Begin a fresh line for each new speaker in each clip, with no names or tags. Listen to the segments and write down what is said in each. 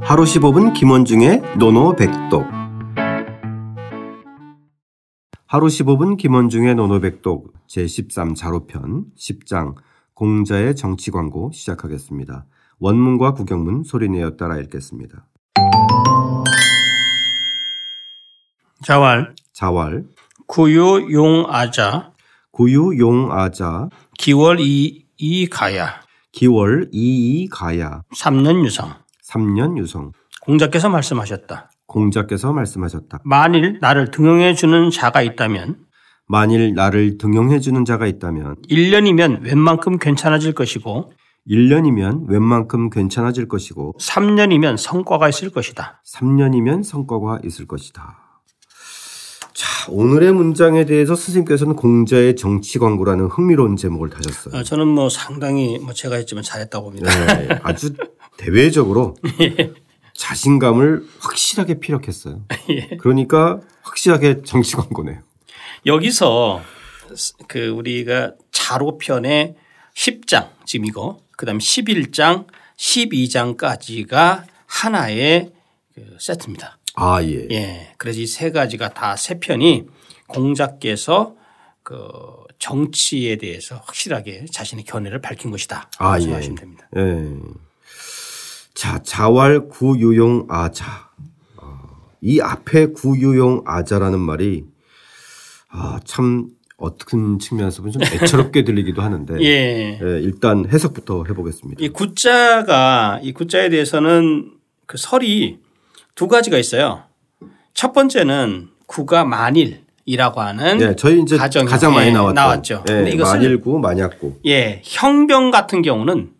하루 15분 김원중의 노노백독 하루 15분 김원중의 노노백독 제13자로편 10장 공자의 정치광고 시작하겠습니다. 원문과 구경문 소리내어 따라 읽겠습니다.
자왈
자왈
구유용아자
구유용아자
기월 이이가야
기월 이이가야
3년 유상
3년 유성
공자께서 말씀하셨다.
공자께서 말씀하셨다.
만일 나를 등용해 주는 자가 있다면
만일 나를 등용해주는 자가 있다면
1년이면 웬만큼 괜찮아질 것이고
1년이면 웬만큼 괜찮아질 것이고
3년이면 성과가 있을 것이다.
3년이면 성과가 있을 것이다. 자, 오늘의 문장에 대해서 스님께서는 공자의 정치 광고라는 흥미로운 제목을 다셨어요.
어, 저는 뭐 상당히 뭐 제가 했지만 잘했다고 봅니다.
네, 아주 대외적으로 자신감을 확실하게 피력했어요. 그러니까 확실하게 정치 광고네요.
여기서 그 우리가 자로편의 10장 지금 이거 그다음 11장 12장까지가 하나의 그 세트입니다.
아, 예.
예. 그래서 이 세 가지가 다 세 편이 공자께서 그 정치에 대해서 확실하게 자신의 견해를 밝힌 것이다.
아, 예.
말씀하시면 됩니다.
예. 자, 자왈 구유용 아자. 어, 이 앞에 구유용 아자라는 말이 아, 참 어떤 측면에서 보면 좀 애처롭게 들리기도 하는데
예.
예, 일단 해석부터 해보겠습니다.
이 구자가 이 구자에 대해서는 그 설이 두 가지가 있어요. 첫 번째는 구가 만일이라고 하는
예, 저희 이제
가정이-
가장 많이
예,
나왔던
나왔죠.
예,
근데 이것을-
만일구 만약구
예, 형병 같은 경우는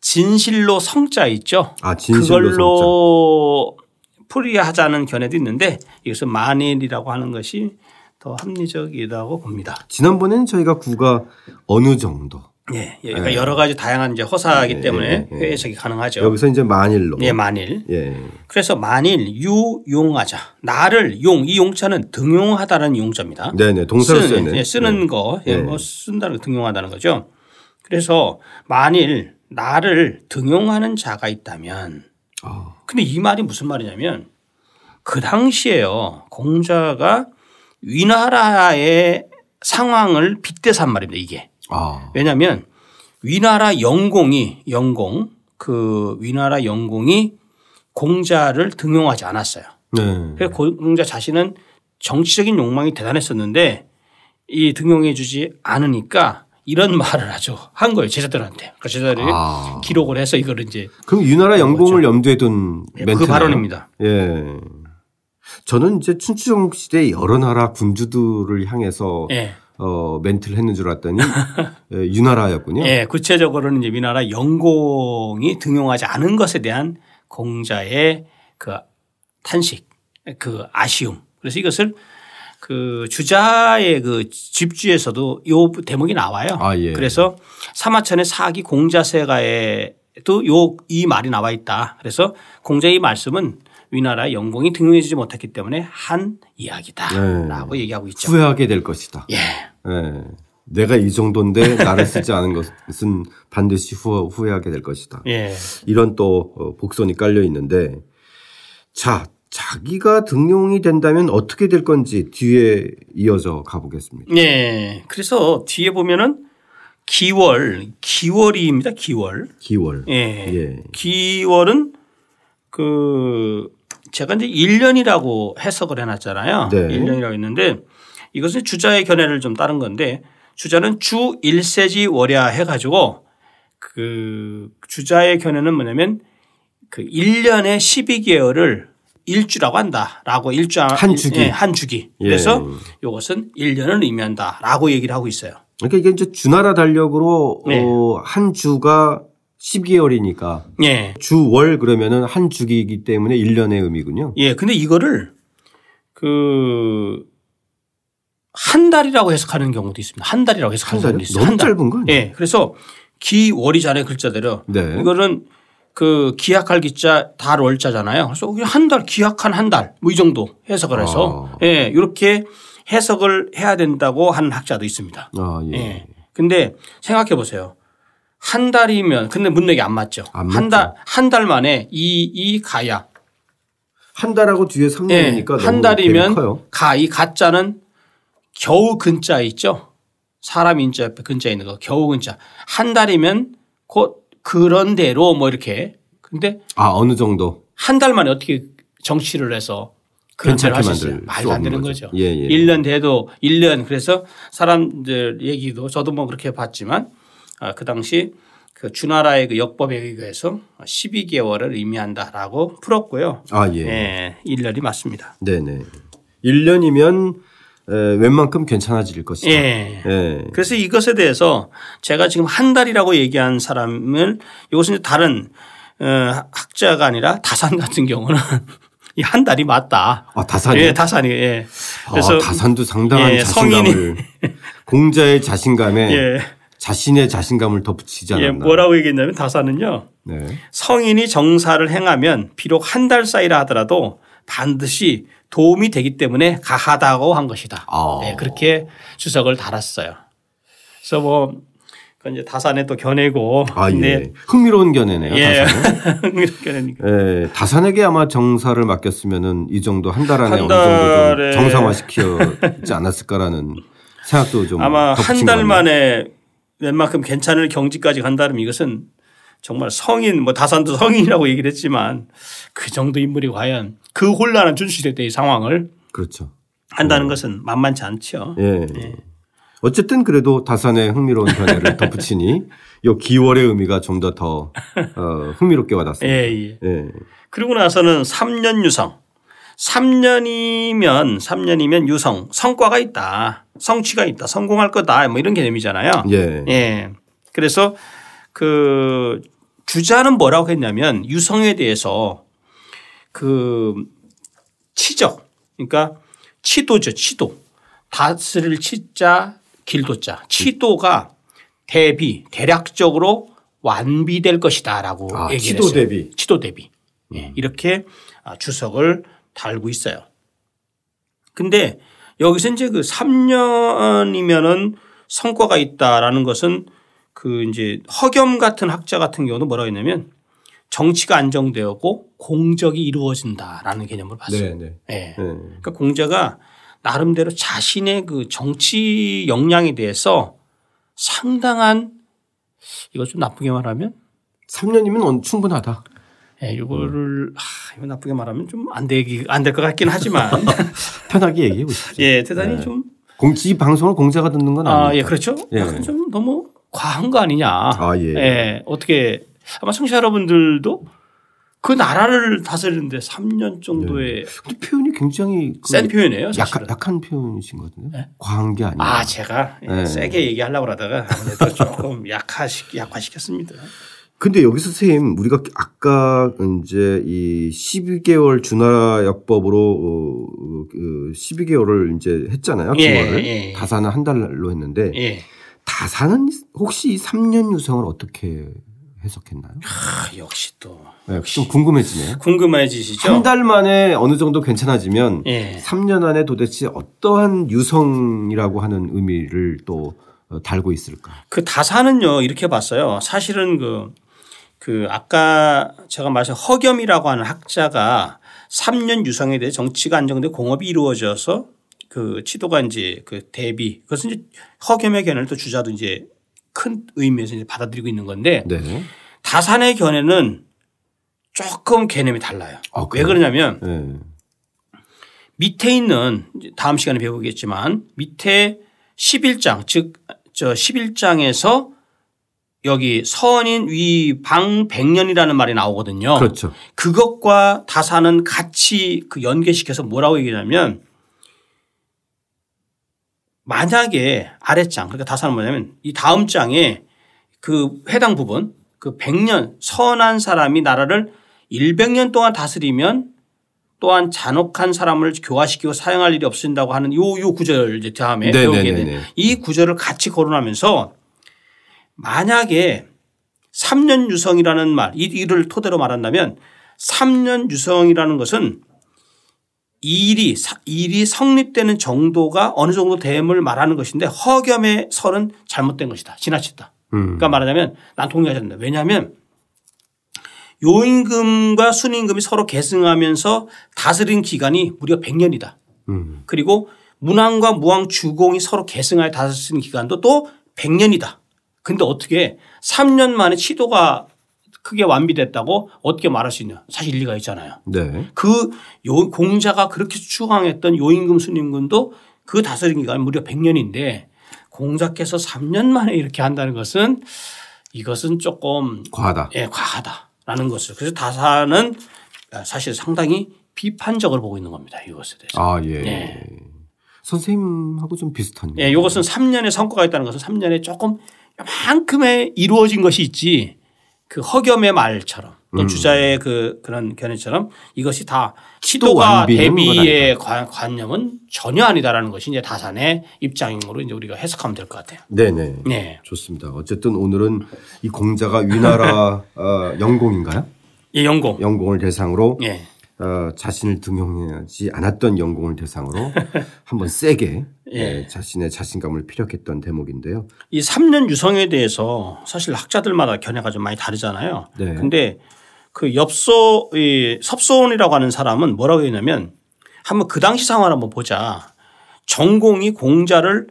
진실로 성자 있죠.
아 진실로 성자.
그걸로 풀이하자는 견해도 있는데 이것은 만일이라고 하는 것이 더 합리적이라고 봅니다.
지난번에는 저희가 구가 어느 정도
예, 그러니까
네.
여러 가지 다양한 이제 허사이기 때문에
예, 예.
회해석이 가능하죠.
여기서 이제 만일로
예, 만일.
예.
그래서 만일 유용하자 나를 용 이 용자는 등용하다라는 용자입니다.
네네 동사로
쓰는,
쓰였네.
예, 쓰는 거, 예, 뭐 쓴다는 거 등용하다는 거죠. 그래서 만일 나를 등용하는 자가 있다면,
아.
근데 이 말이 무슨 말이냐면 그 당시에요 공자가 위나라의 상황을 빗대산 말입니다. 이게
아.
왜냐하면 위나라 영공이 영공 그 위나라 영공이 공자를 등용하지 않았어요.
네.
그래서 공자 자신은 정치적인 욕망이 대단했었는데 이 등용해 주지 않으니까 이런 말을 하죠. 한 거예요. 제자들한테. 그 제자들이
아.
기록을 해서 이걸 이제
그럼 유나라 영공을 염두에 둔 멘트.
아, 그 발언입니다.
예. 저는 이제 춘추전국 시대 여러 나라 군주들을 향해서
예.
어, 멘트를 했는 줄 알았더니 예, 유나라였군요.
예. 구체적으로는 이제 위나라 영공이 등용하지 않은 것에 대한 공자의 그 탄식, 그 아쉬움. 그래서 이것을 그 주자의 그 집주에서도 요 대목이 나와요.
아, 예.
그래서 사마천의 사기 공자세가에도 요 이 말이 나와 있다. 그래서 공자의 이 말씀은 위나라 영공이 등용해주지 못했기 때문에 한
네.
이야기다라고 얘기하고 있죠.
후회하게 될 것이다.
예.
예. 내가 이 정도인데 나를 쓰지 않은 것은 반드시 후, 후회하게 될 것이다.
예.
이런 또 어, 복선이 깔려 있는데 자, 자기가 등용이 된다면 어떻게 될 건지 뒤에 이어져 가보겠습니다.
예. 그래서 뒤에 보면은 기월, 기월입니다. 기월.
기월.
예.
예.
기월은 그 제가 이제 1년이라고 해석을 해놨잖아요.
네.
1년이라고 했는데 이것은 주자의 견해를 좀 따른 건데 주자는 주 1세지 월야 해가지고 그 주자의 견해는 뭐냐면 그 1년에 12개월을 일주라고 한다라고 일주
한 주기.
예, 한 주기
예.
그래서 이것은 1년을 의미한다라고 얘기를 하고 있어요.
그러니까 이게 이제 주나라 달력으로
네.
어, 한 주가 10개월이니까
예.
주월 그러면은 한 주기이기 때문에 1년의 의미군요.
예, 근데 이거를 그, 한 달이라고 해석하는 경우도 있습니다. 한 달이라고
한
해석하는
달이
경우도 있어요.
너무
한 달.
짧은 거 아니에요?
예, 그래서 기월이잖아요. 글자대로.
네.
이거는 그 기약할 기자 달 월자잖아요. 그래서 그냥 한 달, 기약한 한 달, 뭐 이 정도 해석을 해서
아.
예, 이렇게 해석을 해야 된다고 하는 학자도 있습니다.
아, 예.
예. 근데 생각해 보세요. 한 달이면 근데 문맥이 안 맞죠.
안
한
맞죠.
달 한 달 만에 이 이 가야
한 달하고 뒤에 3년이니까
예, 한 달이면 가, 이 가자는 겨우 근자 있죠. 사람 인자 옆에 근자 있는 거 겨우 근자. 한 달이면 곧 그런 대로 뭐 이렇게. 근데
아 어느 정도
한 달 만에 어떻게 정치를 해서 그런 대로
괜찮게
할수
만들
있어요.
수
말도 안
없는
되는
거죠.
거죠.
예, 예.
1년 돼도 1년 그래서 사람들 얘기도 저도 뭐 그렇게 봤지만 아, 그 당시 그 주나라의 그 역법에 의해서 12개월을 의미한다라고 풀었고요.
아
예.
예.
일 1년이 맞습니다.
네네. 1년이면 웬만큼 괜찮아질 것이다.
예.
예.
그래서 이것에 대해서 제가 지금 한 달이라고 얘기한 사람을 이것은 이제 다른 어, 학자가 아니라 다산 같은 경우는 이 한 달이 맞다.
아 다산이.
예, 다산이. 예. 그래서
아, 다산도 상당한
예,
자신감을 공자의 자신감에
예,
자신의 자신감을 덧붙이지 않았나.
예, 뭐라고 얘기했냐면 다산은요.
네.
성인이 정사를 행하면 비록 한 달 사이라 하더라도 반드시 도움이 되기 때문에 가하다고 한 것이다.
아.
네, 그렇게 주석을 달았어요. 그래서 뭐 그건 이제 다산에 또 견해고 네,
아 예.
근데
흥미로운 견해네요.
예.
아, 다산.
이렇게 되니까.
예, 다산에게 아마 정사를 맡겼으면은 이 정도 한 달 안에
한
어느 정도 좀
달에-
정상화시키지 않았을까라는 생각도 좀
아마 한
덧붙인
달
것 같네요.
만에 웬만큼 괜찮을 경지까지 간다면 이것은 정말 성인 뭐 다산도 성인이라고 얘기를 했지만 그 정도 인물이 과연 그 혼란한 준시대 때의 상황을
그렇죠.
한다는 것은 만만치 않죠.
예. 어쨌든 그래도 다산의 흥미로운 견해를 덧붙이니 요 기월의 의미가 좀 더 더 흥미롭게
예,
와닿습니다.
예.
예.
그리고 나서는 3년 유성. 3년이면 3년이면 유성 성과가 있다. 성취가 있다. 성공할 거다. 뭐 이런 개념이잖아요.
예.
예. 그래서 그 주자는 뭐라고 했냐면 유성에 대해서 그 치적 그러니까 치도죠 치도 다스릴 치자 길도자 치도가 대비 대략적으로 완비될 것이다라고
아,
얘기했어요.
치도 대비. 음.
치도 대비 예, 이렇게 아, 주석을 달고 있어요. 근데 여기서 이제 그 3년이면은 성과가 있다라는 것은 그 이제 허겸 같은 학자 같은 경우는 뭐라고 했냐면 정치가 안정되었고 공적이 이루어진다라는 개념을
네,
봤어요.
네.
예.
예.
그러니까 공자가 나름대로 자신의 그 정치 역량에 대해서 상당한 이거 좀 나쁘게 말하면
3년이면 어, 충분하다.
예, 이거를 하, 이거 나쁘게 말하면 좀 안 되기 안 될 것 같긴 하지만
편하게 얘기해 보십시오.
예, 대단히 좀
공, 이 방송을 공자가 듣는 건
아,
아니에요.
예, 그렇죠.
예.
약간 좀 너무 과한 거 아니냐. 아,
예.
어떻게 아마 청취자 여러분들도 그 나라를 다스리는데 3년 정도의
근데 표현이 굉장히 네. 그
센 표현이에요. 사실은. 네.
약한, 약한 표현이신 것 같은데. 과한 게 아니에요.
아, 제가 예,
네.
세게 얘기하려고 하다가 아무래도 조금 약화시, 약화시켰습니다.
근데 여기서 선생님 우리가 아까 이제 이 12개월 준하 약법으로 어, 그 12개월을 이제 했잖아요.
예,
기원을.
예.
다산은 한 달로 했는데
예.
다산은 혹시 3년 유성을 어떻게 해석했나요?
아, 역시 또
네, 좀 궁금해지네요.
궁금해지시죠?
한 달 만에 어느 정도 괜찮아지면
예.
3년 안에 도대체 어떠한 유성이라고 하는 의미를 또 어, 달고 있을까?
그 다산은요 이렇게 봤어요. 사실은 그, 그 아까 제가 말씀 허겸이라고 하는 학자가 3년 유성에 대해 정치가 안정되고 공업이 이루어져서 그 치도가 이제 그 대비 그것은 이제 허겸의 견해를 또 주자도 이제 큰 의미에서 이제 받아들이고 있는 건데
네.
다산의 견해는 조금 개념이 달라요.
아,
왜
그래요?
그러냐면
네.
밑에 있는 이제 다음 시간에 배우겠지만 밑에 11장 즉 저 11장에서 여기 서원인 위방 백년이라는 말이 나오거든요.
그렇죠.
것과 다사는 같이 그 연계시켜서 뭐라고 얘기냐면 만약에 아랫장 그러니까 다사는 뭐냐면 이 다음 장에 그 해당 부분 그 백년 선한 사람이 나라를 100년 동안 다스리면 또한 잔혹한 사람을 교화시키고 사용할 일이 없어진다고 하는 요 요 구절 이제 다음에
네,
배우게
네, 네,
돼.
네.
이 구절을 같이 거론하면서 만약에 3년 유성이라는 말, 이 일을 토대로 말한다면 3년 유성이라는 것은 일이, 사- 일이 성립되는 정도가 어느 정도 됨을 말하는 것인데 허겸의 설은 잘못된 것이다. 지나쳤다.
음.
그러니까 말하자면 난 동의하지 않는다. 왜냐하면 요임금과 순임금이 서로 계승하면서 다스린 기간이 무려 100년이다.
음.
그리고 문왕과 무왕 주공이 서로 계승하여 다스린 기간도 또 100년이다. 근데 어떻게 3년 만에 시도가 크게 완비됐다고 어떻게 말할 수 있냐. 사실 일리가 있잖아요.
네.
그 요- 공자가 그렇게 추앙했던 요임금 순임금도 그 다스린 기간이 무려 100년인데 공자께서 3년 만에 이렇게 한다는 것은 이것은 조금
과하다.
예, 과하다라는 것을 그래서 다사는 아, 사실 상당히 비판적으로 보고 있는 겁니다. 이것에 대해서.
아, 예.
예.
선생님하고 좀 비슷한.
예, 이것은 3년의 성과가 있다는 것은 3년에 조금 만큼의 이루어진 것이 있지 그 허겸의 말처럼 또
음.
주자의 그 그런 견해처럼 이것이 다
시도
시도가
완비는
대비의 관- 관념은 전혀 아니다라는 것이 이제 다산의 입장으로 이제 우리가 해석하면 될 것 같아요.
네네.
네.
좋습니다. 어쨌든 오늘은 이 공자가 위나라 어, 영공인가요?
예, 영공.
영공을 대상으로
예.
어, 자신을 등용하지 않았던 영공을 대상으로 한번 세게 예, 자신의 자신감을 피력했던 대목인데요.
이 3년 유성에 대해서 사실 학자들마다 견해가 좀 많이 다르잖아요.
네.
근데 그 엽소 이 섭소원이라고 하는 사람은 뭐라고 했냐면 한번 그 당시 상황을 한번 보자. 전공이 공자를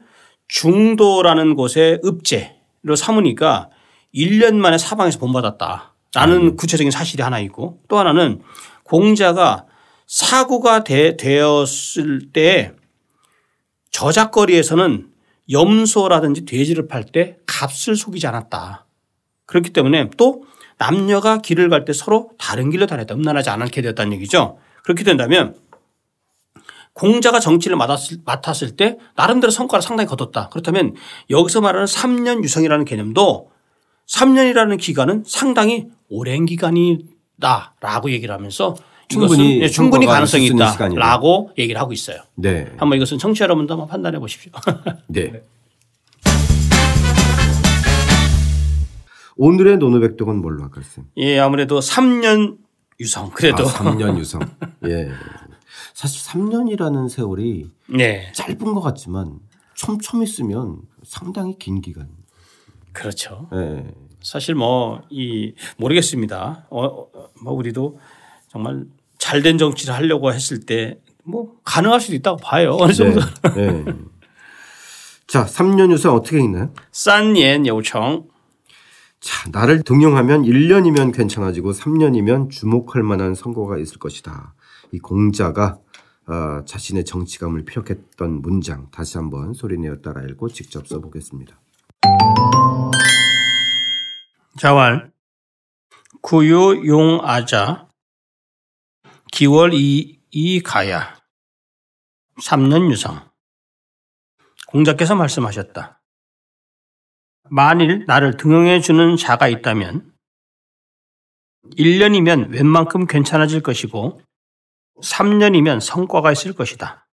중도라는 곳의 읍제로 삼으니까 1년 만에 사방에서 본받았다라는 구체적인 사실이 하나 있고 또 하나는 공자가 사고가 되, 되었을 때 저작거리에서는 염소라든지 돼지를 팔 때 값을 속이지 않았다. 그렇기 때문에 또 남녀가 길을 갈 때 서로 다른 길로 다녔다. 음란하지 않게 되었다는 얘기죠. 그렇게 된다면 공자가 정치를 맡았을, 맡았을 때 나름대로 성과를 상당히 거뒀다. 그렇다면 여기서 말하는 3년 유성이라는 개념도 3년이라는 기간은 상당히 오랜 기간이다라고 얘기를 하면서
충분히
이것은 네, 충분히
성과가
가능성이
있을 수 있는 시간이다.
있다라고 얘기를 하고 있어요.
네.
예. 한번 이것은 청취자 여러분도 한번 판단해 보십시오.
네. 오늘의 노노백독은 뭘로 할까요? 선생님?
예, 아무래도 3년 유성 그래도
아, 3년 유성. 예. 사실 3년이라는 세월이
네
짧은 것 같지만 촘촘히 쓰면 상당히 긴 기간.
그렇죠.
예.
사실 뭐 이 모르겠습니다. 어, 어, 뭐 우리도 정말 잘된 정치를 하려고 했을 때 뭐 가능할 수도 있다고 봐요. 어느 정도
네. 예. 자, 3년 유성 어떻게 읽나요?
싼옌 요청
자, 나를 등용하면 1년이면 괜찮아지고 3년이면 주목할 만한 선거가 있을 것이다. 이 공자가 어, 자신의 정치감을 피력했던 문장 다시 한번 소리내어 따라 읽고 직접 써보겠습니다.
자왈 구유 용아자 기월 이, 이 가야 3년 유성 공자께서 말씀하셨다. 만일 나를 등용해 주는 자가 있다면 1년이면 웬만큼 괜찮아질 것이고 3년이면 성과가 있을 것이다.